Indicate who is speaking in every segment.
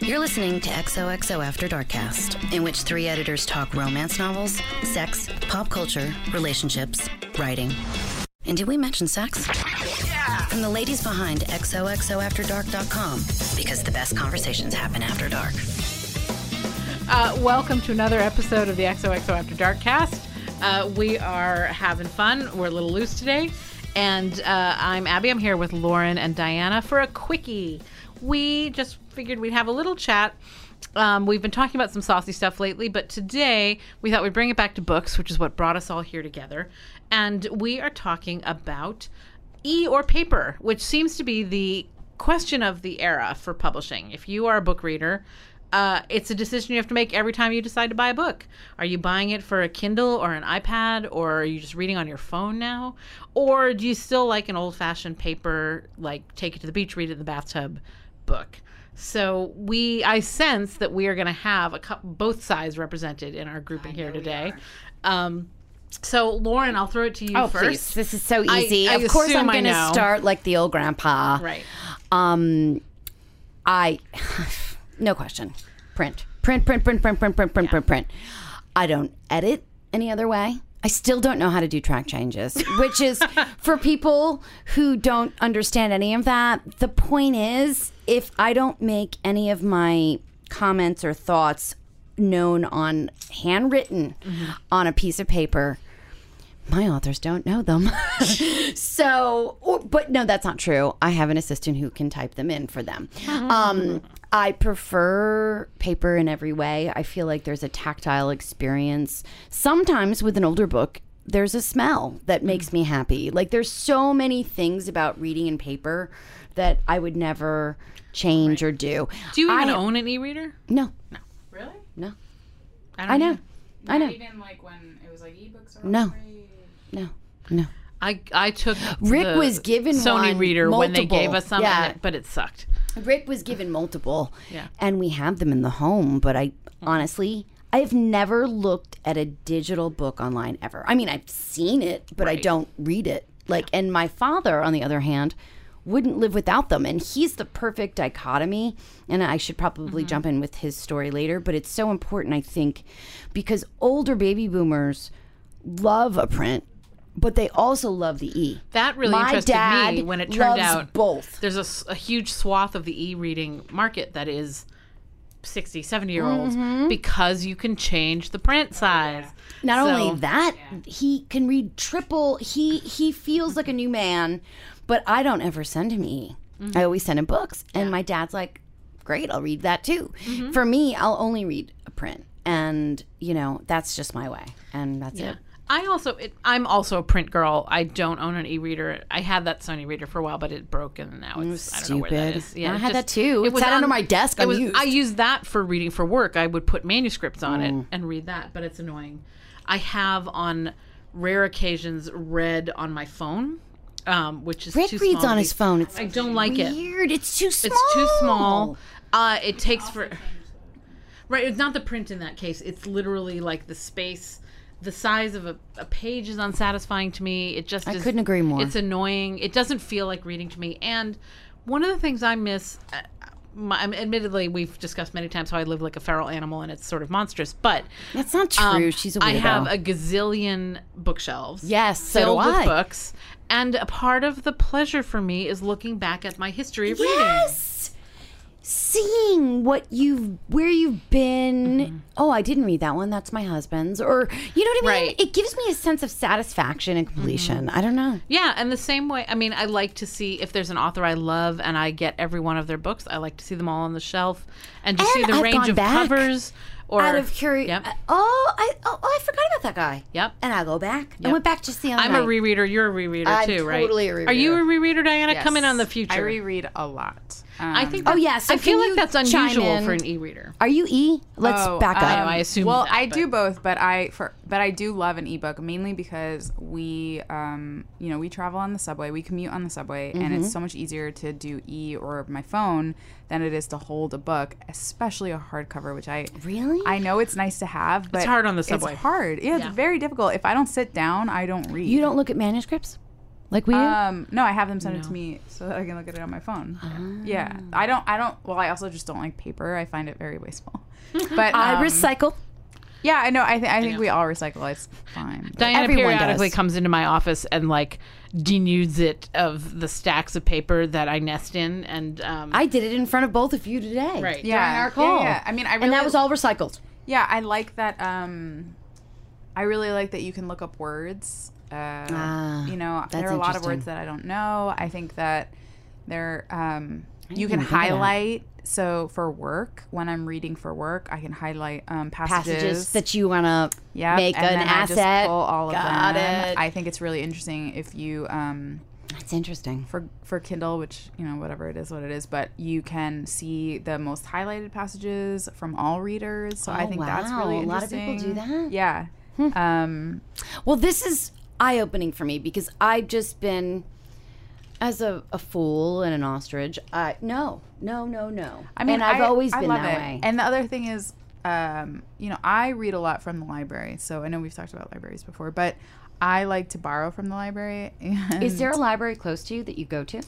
Speaker 1: You're listening to XOXO After Darkcast, in which three editors talk romance novels, sex, pop culture, relationships, writing. And did we mention sex? From the ladies behind XOXOAfterDark.com, because the best conversations happen after dark.
Speaker 2: Uh, welcome to another episode of the XOXO After Dark cast. Uh, we are having fun. We're a little loose today. And uh, I'm Abby. I'm here with Lauren and Diana for a quickie. We just figured we'd have a little chat. Um, we've been talking about some saucy stuff lately, but today we thought we'd bring it back to books, which is what brought us all here together. And we are talking about e or paper, which seems to be the question of the era for publishing. If you are a book reader, uh, it's a decision you have to make every time you decide to buy a book. Are you buying it for a Kindle or an iPad, or are you just reading on your phone now? Or do you still like an old fashioned paper, like take it to the beach, read it in the bathtub book? So we, I sense that we are going to have a cou- both sides represented in our grouping here today. Um, so Lauren, I'll throw it to you
Speaker 3: Oh,
Speaker 2: first.
Speaker 3: please. This is so
Speaker 2: I-
Speaker 3: easy.
Speaker 2: I
Speaker 3: of course, I'm
Speaker 2: assume I
Speaker 3: going to
Speaker 2: know.
Speaker 3: start like the old grandpa.
Speaker 2: Right.
Speaker 3: Um, I, no question. Print, print, print, print, print, print, print, print, print, print. I don't edit any other way. I still don't know how to do track changes, which is for people who don't understand any of that. The point is, if I don't make any of my comments or thoughts known on handwritten on a piece of paper, my authors don't know them. so, or, but no, that's not true. I have an assistant who can type them in for them. Um, I prefer paper in every way. I feel like there's a tactile experience. Sometimes with an older book, there's a smell
Speaker 2: Mm.
Speaker 3: that makes me happy. Like there's so many things about reading in paper that I would never change or do.
Speaker 2: Do you even
Speaker 3: I-
Speaker 2: own an e-reader?
Speaker 3: No,
Speaker 2: Really?
Speaker 3: no,
Speaker 2: don't
Speaker 3: I know,
Speaker 2: either.
Speaker 3: I know,
Speaker 4: Even like when it was like ebooks or
Speaker 3: No. no, no.
Speaker 2: I I took
Speaker 3: Rick
Speaker 2: the
Speaker 3: was given
Speaker 2: Sony
Speaker 3: one,
Speaker 2: reader when they
Speaker 3: multiple.
Speaker 2: gave us some,
Speaker 3: Yeah.
Speaker 2: and it- but it sucked.
Speaker 3: Rick was given multiple,
Speaker 2: Yeah. Mm-hmm.
Speaker 3: and we have them in the home. But I honestly, I have never looked at a digital book online ever. I mean, I've seen it, but I
Speaker 2: Right.
Speaker 3: don't read it. Like, and my father, on the other hand, wouldn't live without them, and he's the perfect dichotomy. And I should probably
Speaker 2: Mm-hmm.
Speaker 3: jump in with his story later, but it's so important, I think, because older baby boomers love a print, but they also love the e.
Speaker 2: That really
Speaker 3: My
Speaker 2: interested
Speaker 3: dad
Speaker 2: me when it turned
Speaker 3: loves
Speaker 2: out
Speaker 3: both.
Speaker 2: There's a s- a, huge swath of the e-reading market that is 60, 70 year olds
Speaker 3: Mm-hmm.
Speaker 2: because you can change the print size.
Speaker 3: Not
Speaker 2: So-
Speaker 3: only that, he can read triple. He he feels like a new man, but I don't ever send him E. I
Speaker 2: Mm-hmm.
Speaker 3: always send him books, and my dad's like, "Great, I'll read that too."
Speaker 2: Mm-hmm.
Speaker 3: For me, I'll only read a print, and you know that's just my way, and that's it.
Speaker 2: I also it, I'm also a print girl. I don't own an e-reader. I had that Sony reader for a while, but it broke and now it's I don't know where that
Speaker 3: stupid.
Speaker 2: is. Yeah,
Speaker 3: I
Speaker 2: it
Speaker 3: had that too. It sat under my desk
Speaker 2: It was,
Speaker 3: unused. Mm.
Speaker 2: I used that for reading for work. I would put manuscripts on it and read that, but it's annoying. I have on rare occasions read on my phone, um, which is
Speaker 3: Rick
Speaker 2: too
Speaker 3: reads
Speaker 2: small
Speaker 3: on
Speaker 2: to
Speaker 3: his
Speaker 2: be-
Speaker 3: phone. It's
Speaker 2: I don't like it.
Speaker 3: weird. It's too small.
Speaker 2: It's too small. Uh, it takes for. Right, it's not the print in that case. It's literally like the space, the size of a, a page is unsatisfying to me. It just
Speaker 3: I
Speaker 2: is-
Speaker 3: couldn't agree more.
Speaker 2: It's annoying. It doesn't feel like reading to me. And one of the things I miss, uh, my, um, admittedly, we've discussed many times how I live like a feral animal and it's sort of monstrous. But
Speaker 3: That's not true.
Speaker 2: um,
Speaker 3: She's a weirdo.
Speaker 2: I have a gazillion bookshelves.
Speaker 3: Yes, so do
Speaker 2: filled with
Speaker 3: I.
Speaker 2: books. And a part of the pleasure for me is looking back at my history of reading.
Speaker 3: Yes. Seeing what you've where you've been.
Speaker 2: Mm-hmm.
Speaker 3: Oh, I didn't read that one. That's my husband's. Or you know what I mean?
Speaker 2: Right. Mm-hmm.
Speaker 3: It gives me a sense of satisfaction and completion. I don't know.
Speaker 2: Yeah, and the same way, I mean, I like to see if there's an author I love and I get every one of their books, I like to see them all on the shelf and just
Speaker 3: And
Speaker 2: see the
Speaker 3: I've
Speaker 2: range
Speaker 3: gone
Speaker 2: of
Speaker 3: back
Speaker 2: covers or
Speaker 3: Out of curiosity.
Speaker 2: Yep.
Speaker 3: Oh, I oh, I forgot about that guy.
Speaker 2: Yep.
Speaker 3: And I go back. I
Speaker 2: Yep.
Speaker 3: went back just the other
Speaker 2: I'm
Speaker 3: night.
Speaker 2: a rereader, you're a rereader
Speaker 3: I'm
Speaker 2: too, right?
Speaker 3: totally a
Speaker 2: Are you a
Speaker 3: rereader.
Speaker 2: rereader, Diana? Come in on the future.
Speaker 4: I reread a lot. Um,
Speaker 2: I think
Speaker 3: Oh,
Speaker 2: that-
Speaker 3: yeah, so
Speaker 2: I feel
Speaker 3: can
Speaker 2: like that's
Speaker 3: you chime
Speaker 2: unusual
Speaker 3: in?
Speaker 2: for an e-reader.
Speaker 3: Are you E? Let's
Speaker 4: oh,
Speaker 3: back up.
Speaker 4: um,
Speaker 2: I assumed
Speaker 4: Well,
Speaker 2: that,
Speaker 4: I
Speaker 2: but-
Speaker 4: do both, but I for but I do love an ebook mainly because we, um, you know, we travel on the subway, we commute on the subway, and
Speaker 2: Mm-hmm.
Speaker 4: it's so much easier to do e or my phone than it is to hold a book, especially a hardcover, which I
Speaker 3: Really?
Speaker 4: I know it's nice to have, but
Speaker 2: hard on the subway.
Speaker 4: It's hard. Yeah,
Speaker 2: Yeah.
Speaker 4: it's very difficult. If I don't sit down, I don't read.
Speaker 3: you don't look at manuscripts? Like we
Speaker 2: Uh,
Speaker 4: Um, no, I have them send it to me so that I can look at it on my phone.
Speaker 3: Ah.
Speaker 4: Yeah, I don't. I don't. Well, I also just don't like paper. I find it very wasteful. But
Speaker 3: I
Speaker 4: um,
Speaker 3: recycle.
Speaker 4: Yeah, I know. I think. I think we all recycle. It's fine. but-
Speaker 2: Diana
Speaker 3: Everyone
Speaker 2: periodically
Speaker 3: does.
Speaker 2: comes into my office and like denudes it of the stacks of paper that I nest in, and um,
Speaker 3: I did it in front of both of you today.
Speaker 2: Right.
Speaker 3: During our call.
Speaker 4: Yeah, yeah. I mean, I really,
Speaker 3: and that was all recycled.
Speaker 4: Yeah, I like that. Um, I really like that you can look up words. Uh,
Speaker 3: Ah,
Speaker 4: you know,
Speaker 3: that's
Speaker 4: there are a lot of
Speaker 3: interesting.
Speaker 4: words that I don't know. I think that there, um, you
Speaker 3: even think of
Speaker 4: can
Speaker 3: that.
Speaker 4: highlight. So for work, when I'm reading for work, I can highlight um, passages.
Speaker 3: Passages that you want to
Speaker 4: Yep,
Speaker 3: make
Speaker 4: and
Speaker 3: an
Speaker 4: then I
Speaker 3: asset.
Speaker 4: just pull all of
Speaker 3: Got
Speaker 4: them.
Speaker 3: it.
Speaker 4: I think it's really interesting if you. Um,
Speaker 3: That's interesting.
Speaker 4: for for Kindle, which you know whatever it is, what it is, but you can see the most highlighted passages from all readers. So I
Speaker 3: Oh,
Speaker 4: think that's
Speaker 3: wow.
Speaker 4: really
Speaker 3: A lot of
Speaker 4: interesting.
Speaker 3: people do that?
Speaker 4: Yeah. um,
Speaker 3: Well, this is eye opening for me because I've just been, as a, a fool and an ostrich, I, no, no, no, no.
Speaker 4: I mean,
Speaker 3: and I've
Speaker 4: I-
Speaker 3: always
Speaker 4: I
Speaker 3: been
Speaker 4: love
Speaker 3: that
Speaker 4: it.
Speaker 3: way.
Speaker 4: And the other thing is, um, you know, I read a lot from the library, so I know we've talked about libraries before, but I like to borrow from the library. And
Speaker 3: is there a library close to you that you go to?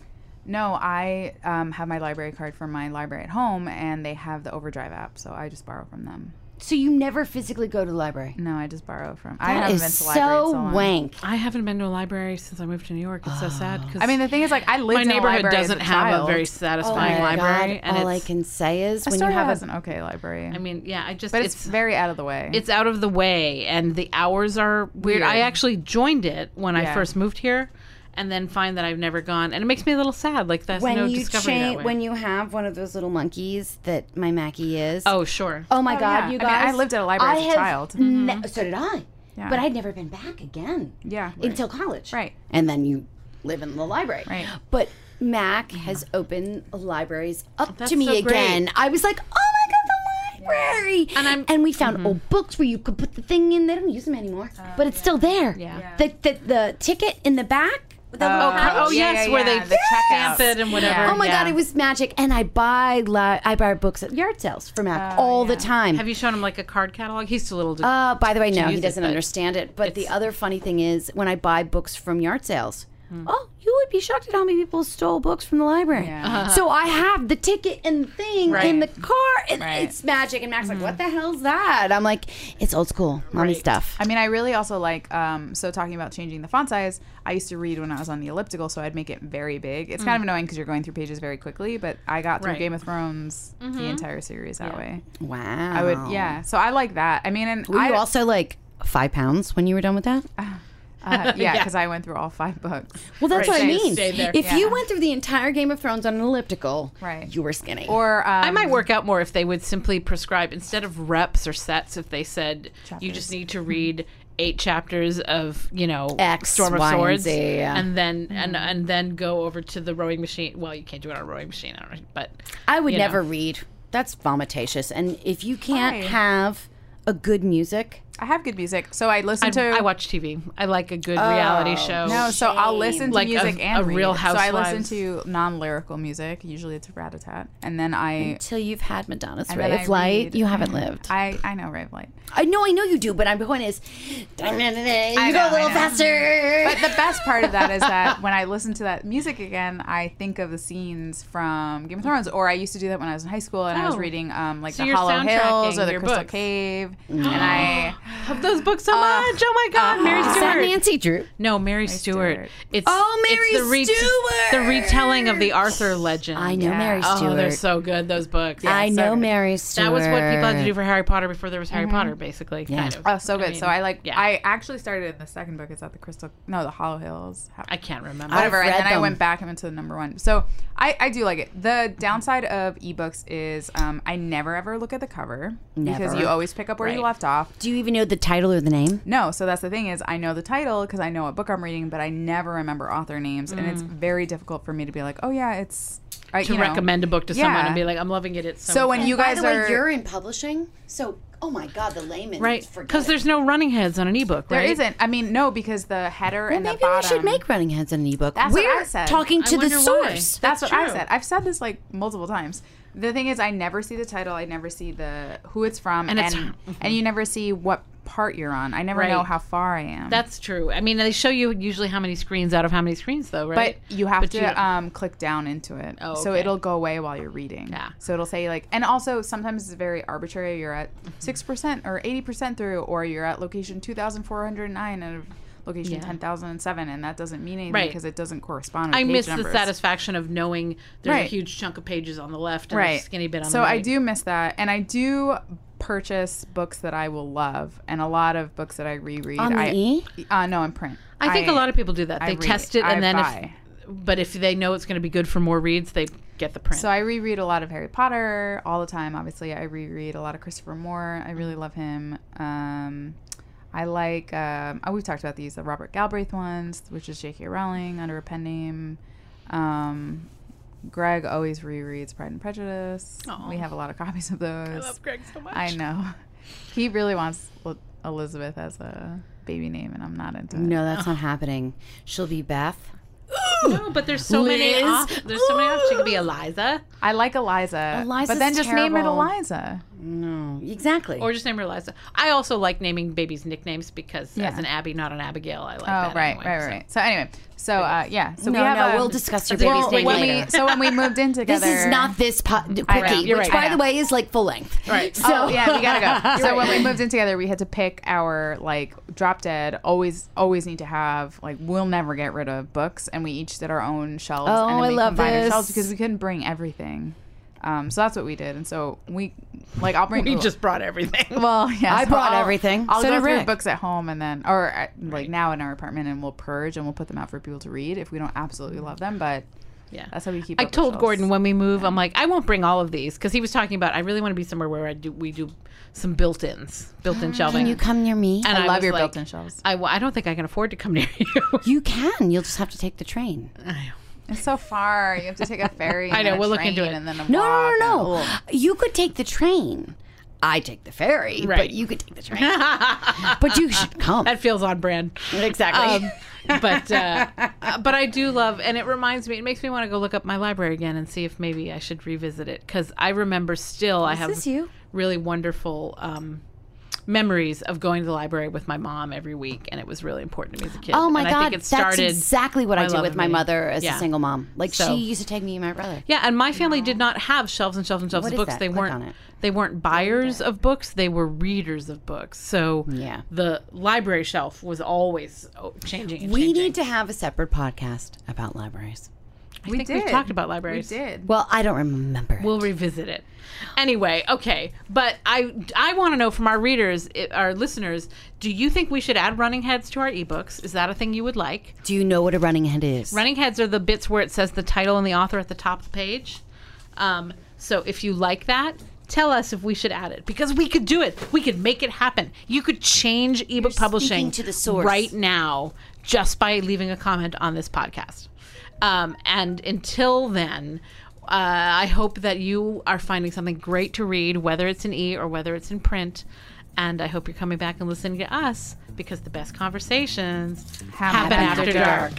Speaker 4: No, I um, have my library card from my library at home, and they have the Overdrive app, so I just borrow from them.
Speaker 3: So you never physically go to the library.
Speaker 4: No, I just borrow from. I
Speaker 3: That
Speaker 4: haven't
Speaker 3: is
Speaker 4: been to the library in so
Speaker 3: so
Speaker 4: long.
Speaker 3: wank.
Speaker 2: I haven't been to a library since I moved to New York. It's so
Speaker 3: Ah.
Speaker 2: sad because
Speaker 4: I mean, the thing is, like, I live
Speaker 2: my
Speaker 4: in a
Speaker 2: neighborhood
Speaker 4: library as
Speaker 2: doesn't
Speaker 4: a
Speaker 2: have
Speaker 4: child.
Speaker 2: a very satisfying
Speaker 3: Oh my
Speaker 2: library,
Speaker 3: God,
Speaker 2: and
Speaker 3: all I
Speaker 2: it's,
Speaker 3: can say is when you
Speaker 4: Astoria
Speaker 3: have
Speaker 4: has
Speaker 3: a
Speaker 4: an okay library.
Speaker 2: I mean, yeah, I just
Speaker 4: but it's, very out of the way.
Speaker 2: it's out of the way and the hours are weird.
Speaker 4: Weird.
Speaker 2: I actually joined it when I
Speaker 4: Yeah.
Speaker 2: first moved here and then find that I've never gone and it makes me a little sad like that's
Speaker 3: when
Speaker 2: no
Speaker 3: you
Speaker 2: discovery that
Speaker 3: cha-
Speaker 2: way.
Speaker 3: when you have one of those little monkeys that my Mackie is.
Speaker 2: oh sure.
Speaker 3: Oh my
Speaker 4: Oh,
Speaker 3: God,
Speaker 4: yeah.
Speaker 3: you
Speaker 4: I mean,
Speaker 3: guys!
Speaker 4: I lived at a library as a
Speaker 3: have
Speaker 4: child. Mm-hmm.
Speaker 3: ne- so did I,
Speaker 4: Yeah.
Speaker 3: but I'd never been back again.
Speaker 4: Yeah.
Speaker 3: until college.
Speaker 4: Right.
Speaker 3: and then you live in the library.
Speaker 4: Right.
Speaker 3: but Mac has opened libraries up
Speaker 2: That's
Speaker 3: to me
Speaker 2: so
Speaker 3: again.
Speaker 2: great.
Speaker 3: I was like, oh my God, the library! And
Speaker 2: I'm-
Speaker 3: we found
Speaker 4: Mm-hmm.
Speaker 3: old books where you could put the thing in. They don't use them anymore,
Speaker 4: Uh,
Speaker 3: but it's still there.
Speaker 2: Yeah.
Speaker 3: The, the the ticket in the back. with the little
Speaker 4: Oh,
Speaker 3: pouch.
Speaker 2: Oh
Speaker 4: Yeah,
Speaker 2: yes,
Speaker 4: yeah,
Speaker 2: where
Speaker 4: yeah,
Speaker 2: they
Speaker 4: the
Speaker 2: stamp
Speaker 4: checkouts.
Speaker 2: it and whatever.
Speaker 4: Yeah.
Speaker 3: Oh my
Speaker 2: yeah.
Speaker 3: god, it was magic! And I buy li- I buy books at yard sales for Mac
Speaker 4: Oh,
Speaker 3: all the time.
Speaker 2: Have you shown him like a card catalog? He's too little to
Speaker 3: uh, by the way, no,
Speaker 2: use
Speaker 3: he
Speaker 2: it,
Speaker 3: doesn't
Speaker 2: but
Speaker 3: understand it. But the other funny thing is when I buy books from yard sales. Oh, you would be shocked at how many people stole books from the library.
Speaker 4: Hmm.
Speaker 3: Uh-huh.
Speaker 4: Yeah.
Speaker 3: So I have the ticket and the thing in the
Speaker 4: Right.
Speaker 3: car. And
Speaker 4: Right. Hmm.
Speaker 3: It's magic. And Mac's like, "What the hell's that?" I'm like, "It's old school, mommy stuff."
Speaker 4: I mean, I really also like. Um, so talking about changing the font size, I used to read when I was on the elliptical, so I'd make it very big. It's kind
Speaker 3: Mm.
Speaker 4: of annoying because you're going through pages very quickly, but I got through
Speaker 2: Right.
Speaker 4: Game of Thrones
Speaker 3: Mm-hmm.
Speaker 4: the entire series that way.
Speaker 3: Wow.
Speaker 4: I would, yeah. So I like that. I mean, and
Speaker 3: Were
Speaker 4: I
Speaker 3: you also like five pounds when you were done with that?
Speaker 4: uh, yeah, because I went through all five books.
Speaker 3: Well,
Speaker 2: Right,
Speaker 3: that's what I
Speaker 2: stay-
Speaker 3: mean.
Speaker 2: stay there.
Speaker 3: If you
Speaker 4: Yeah.
Speaker 3: went through the entire Game of Thrones on an elliptical,
Speaker 4: Right.
Speaker 3: you were skinny.
Speaker 4: Or um,
Speaker 2: I might work out more if they would simply prescribe instead of reps or sets if they said you just need to read eight chapters of you know
Speaker 3: X,
Speaker 2: Storm of
Speaker 3: Y, and
Speaker 2: Swords
Speaker 3: Z, yeah. Mm-hmm.
Speaker 2: and then and and then go over to the rowing machine. Well, you can't do it on a rowing machine, I don't know, but
Speaker 3: I would
Speaker 2: you know.
Speaker 3: never read. That's vomitatious. And if you can't
Speaker 4: Why?
Speaker 3: have a good music,
Speaker 4: um, I have good music, so I listen
Speaker 2: I,
Speaker 4: to.
Speaker 2: I watch TV. I like a good reality
Speaker 3: Oh.
Speaker 2: show.
Speaker 4: No, so I'll listen to
Speaker 2: Like a-
Speaker 4: music and
Speaker 2: a Real
Speaker 4: read. So I
Speaker 2: Housewives.
Speaker 4: listen to non-lyrical music. Usually it's rat-a-tat, and then I,
Speaker 3: until you've had Madonna's
Speaker 4: then
Speaker 3: ray
Speaker 4: I
Speaker 3: of light,
Speaker 4: read.
Speaker 3: you haven't lived. I,
Speaker 4: I, I know Rave Light.
Speaker 3: know, I know you do, but I'm- my point is, you go
Speaker 4: know,
Speaker 3: a
Speaker 4: I
Speaker 3: little
Speaker 4: know.
Speaker 3: faster.
Speaker 4: But the best part of that is that when I listen to that music again, I think of the scenes from Game of Thrones. Or I used to do that when I was in high school and I was
Speaker 2: Oh.
Speaker 4: reading um, like
Speaker 2: So
Speaker 4: the
Speaker 2: you're
Speaker 4: Hollow Hills or
Speaker 2: soundtracking
Speaker 4: the
Speaker 2: your
Speaker 4: Crystal
Speaker 2: books.
Speaker 4: Cave, and I
Speaker 2: love those books so much. Oh my God, Mary
Speaker 3: is that
Speaker 2: Stewart.
Speaker 3: Nancy Drew?
Speaker 2: no, Mary Stewart.
Speaker 4: Stewart.
Speaker 2: It's
Speaker 3: Oh,
Speaker 2: it's
Speaker 3: Mary
Speaker 2: the ret-
Speaker 3: Stewart!
Speaker 2: The retelling of the Arthur legend.
Speaker 3: I know
Speaker 4: Yeah.
Speaker 3: Mary
Speaker 2: Oh,
Speaker 3: Stewart.
Speaker 2: they're so good. Those books.
Speaker 3: I know
Speaker 4: so-
Speaker 3: Mary Stewart.
Speaker 2: That was what people had to do for Harry Potter before there was Harry
Speaker 4: Mm-hmm.
Speaker 2: Potter, basically. Kind of.
Speaker 4: oh so good. so
Speaker 2: mean,
Speaker 4: I like
Speaker 2: yeah.
Speaker 4: I actually started in the second book. Is that the Crystal? No, the Hollow Hills.
Speaker 2: I can't remember.
Speaker 4: whatever. And
Speaker 3: read
Speaker 4: then I
Speaker 3: them.
Speaker 4: went back into the number one. So I, I do like it. The downside of ebooks is um, I never ever look at the cover because
Speaker 3: Never.
Speaker 4: you always pick up where you
Speaker 2: Right.
Speaker 4: left off.
Speaker 3: Do you even know the title or the name?
Speaker 4: No, so that's the thing is I know the title because I know what book I'm reading, but I never remember author names, and it's very difficult for me to be like, oh yeah, it's I,
Speaker 2: Mm. to
Speaker 4: you know.
Speaker 2: recommend a book to someone
Speaker 4: Yeah.
Speaker 2: and be like, I'm loving it. It's so,
Speaker 4: So when you
Speaker 3: By
Speaker 4: guys
Speaker 3: the way,
Speaker 4: are
Speaker 3: you're in publishing, so oh my God, the layman
Speaker 2: right
Speaker 3: forget
Speaker 2: because
Speaker 3: it.
Speaker 2: there's no running heads on an ebook.
Speaker 4: there
Speaker 2: right?
Speaker 4: not I mean, no, because the header
Speaker 3: Well,
Speaker 4: and the
Speaker 3: maybe
Speaker 4: bottom.
Speaker 3: we should make Running Heads an ebook.
Speaker 4: That's what
Speaker 3: We're
Speaker 4: I said.
Speaker 3: talking
Speaker 2: I
Speaker 3: to the
Speaker 2: wonder why.
Speaker 3: source.
Speaker 4: That's, what I
Speaker 2: true.
Speaker 4: said. I've said this like multiple times. The thing is, I never see the title. I never see the who it's from,
Speaker 2: And
Speaker 4: and
Speaker 2: it's- Mm-hmm.
Speaker 4: and, you never see what part you're on. I never
Speaker 2: Right.
Speaker 4: know how far I am.
Speaker 2: That's true. I mean, they show you usually how many screens out of how many screens, though,
Speaker 4: but
Speaker 2: right?
Speaker 4: you have
Speaker 2: But
Speaker 4: to
Speaker 2: you-
Speaker 4: um, click down into it.
Speaker 2: Oh,
Speaker 4: So
Speaker 2: okay.
Speaker 4: it'll go away while you're reading.
Speaker 2: Yeah.
Speaker 4: So it'll say like, and also sometimes it's very arbitrary. You're at
Speaker 2: Mm-hmm.
Speaker 4: six percent or eighty percent through, or you're at location two thousand four hundred nine and location
Speaker 2: Yeah.
Speaker 4: ten thousand and seven, and that doesn't mean anything
Speaker 2: Right.
Speaker 4: because it doesn't correspond. With
Speaker 2: I
Speaker 4: page
Speaker 2: miss
Speaker 4: numbers.
Speaker 2: the satisfaction of knowing there's a
Speaker 4: Right.
Speaker 2: huge chunk of pages on the left and a
Speaker 4: right
Speaker 2: skinny bit on the
Speaker 4: so
Speaker 2: right.
Speaker 4: i do miss that and i do purchase books that i will love and a lot of books that i reread
Speaker 3: On the
Speaker 4: I,
Speaker 3: e?
Speaker 4: uh no in print
Speaker 2: I think
Speaker 4: a
Speaker 2: a lot of people do that.
Speaker 4: I
Speaker 2: They
Speaker 4: read-
Speaker 2: test it and
Speaker 4: I
Speaker 2: then,
Speaker 4: buy.
Speaker 2: if, but if they know it's going to be good for more reads, they get the print.
Speaker 4: so i reread a lot of harry potter all the time obviously i reread a lot of christopher moore i really love him um I like. Um, oh, we've talked about these the Robert Galbraith ones, which is J.K. Rowling under a pen name. Um, Greg always rereads Pride and Prejudice.
Speaker 2: Aw.
Speaker 4: We have a lot of copies of those.
Speaker 2: I love Greg so much.
Speaker 4: I know. He really wants L- Elizabeth as a baby name, and I'm not into it.
Speaker 3: No, that's not happening. She'll be Beth.
Speaker 2: No, Oh, but there's so many.
Speaker 3: Liz.
Speaker 2: Off, there's so many. Off. She could be Eliza,
Speaker 4: I like Eliza.
Speaker 3: Eliza's
Speaker 4: but then just name it
Speaker 3: terrible.
Speaker 4: Eliza.
Speaker 3: No, exactly.
Speaker 2: or just name her Eliza. I also like naming babies nicknames because
Speaker 4: Yeah.
Speaker 2: as an Abby, not an Abigail, I like
Speaker 4: Oh,
Speaker 2: that.
Speaker 4: right,
Speaker 2: anyway,
Speaker 4: right,
Speaker 2: so.
Speaker 4: right. So anyway, so uh, yeah, so
Speaker 3: no,
Speaker 4: we have
Speaker 3: no,
Speaker 4: a,
Speaker 3: we'll discuss your
Speaker 2: Well,
Speaker 3: baby's name
Speaker 4: when
Speaker 3: later.
Speaker 4: we so when we moved in together.
Speaker 3: This is not this po- quickie,
Speaker 4: you're
Speaker 3: which,
Speaker 4: right.
Speaker 3: by
Speaker 4: I
Speaker 3: the
Speaker 4: know.
Speaker 3: way, is like full length. Right. So
Speaker 4: Oh yeah, we gotta go. so when we moved in together, we had to pick our like drop dead. Always, always need to have like we'll never get rid of books, and we each did our own shelves.
Speaker 3: Oh,
Speaker 4: and then
Speaker 3: I
Speaker 4: we
Speaker 3: love
Speaker 4: combined our shelves
Speaker 3: this.
Speaker 4: because we couldn't bring everything. Um, so that's what we did, and so we like I'll bring
Speaker 2: We just brought everything.
Speaker 4: Well, Oh, yeah,
Speaker 3: I
Speaker 4: so
Speaker 3: brought
Speaker 4: I'll-
Speaker 3: everything.
Speaker 4: I'll
Speaker 3: So
Speaker 4: go
Speaker 3: did
Speaker 4: through
Speaker 3: Rick.
Speaker 4: books at home and then, or uh, like now in our apartment, and we'll purge and we'll put them out for people to read if we don't absolutely love them. But
Speaker 2: Yeah,
Speaker 4: that's how we keep.
Speaker 2: I
Speaker 4: up with
Speaker 2: told
Speaker 4: shelves.
Speaker 2: Gordon when we move, I'm like, I won't bring all of these because he was talking about I really want to be somewhere where I do we do some built-ins, built-in shelving.
Speaker 3: can you come near me?
Speaker 2: and
Speaker 4: I love
Speaker 2: was
Speaker 4: your
Speaker 2: like,
Speaker 4: built-in shelves.
Speaker 2: I, w- I don't think I can afford to come near you.
Speaker 3: you can. You'll just have to take the train.
Speaker 4: It's so far. You have to take a ferry.
Speaker 2: I know,
Speaker 4: and a
Speaker 2: we'll look
Speaker 4: train
Speaker 2: into it.
Speaker 4: And then a
Speaker 3: No, no,
Speaker 4: walk
Speaker 3: no, no.
Speaker 4: and- ugh.
Speaker 3: Oh. You could take the train. I take the ferry,
Speaker 2: Right.
Speaker 3: but you could take the train. but you should come. Um,
Speaker 2: that feels on brand.
Speaker 3: exactly.
Speaker 2: but uh, but I do love, and it reminds me. It makes me want to go look up my library again and see if maybe I should revisit it because I remember still I have
Speaker 3: this you?
Speaker 2: really wonderful um, memories of going to the library with my mom every week, and it was really important to me as a kid.
Speaker 3: oh my
Speaker 2: and
Speaker 3: god,
Speaker 2: I think it started,
Speaker 3: that's exactly what I,
Speaker 2: my
Speaker 3: did
Speaker 2: love
Speaker 3: with
Speaker 2: of
Speaker 3: my
Speaker 2: reading.
Speaker 3: mother as
Speaker 2: Yeah.
Speaker 3: a single mom. Like
Speaker 2: So-
Speaker 3: she used to take me and my brother.
Speaker 2: Yeah, and my family did not have shelves and shelves and shelves
Speaker 3: What
Speaker 2: of
Speaker 3: is
Speaker 2: books.
Speaker 3: that?
Speaker 2: They
Speaker 3: Click on
Speaker 2: weren't
Speaker 3: it.
Speaker 2: they weren't buyers of books. They were readers of books. So
Speaker 3: Yeah.
Speaker 2: the library shelf was always oh, changing. And
Speaker 3: We
Speaker 2: changing.
Speaker 3: need to have a separate podcast about libraries.
Speaker 2: I
Speaker 4: We
Speaker 2: think
Speaker 4: did.
Speaker 2: we've talked about
Speaker 4: We
Speaker 2: libraries.
Speaker 4: did.
Speaker 3: Well, I don't remember. it.
Speaker 2: We'll revisit it. Anyway, okay, but I I want to know from our readers, i- our listeners, do you think we should add running heads to our ebooks? Is that a thing you would like?
Speaker 3: Do you know what a running head is?
Speaker 2: Running heads are the bits where it says the title and the author at the top of the page. Um, so if you like that, tell us if we should add it because we could do it. We could make it happen. You could change ebook publishing
Speaker 3: to the source.
Speaker 2: right now just by leaving a comment on this podcast. Um, and until then, uh, I hope that you are finding something great to read, whether it's in e or whether it's in print. And I hope you're coming back and listening to us because the best conversations happen, after, dark.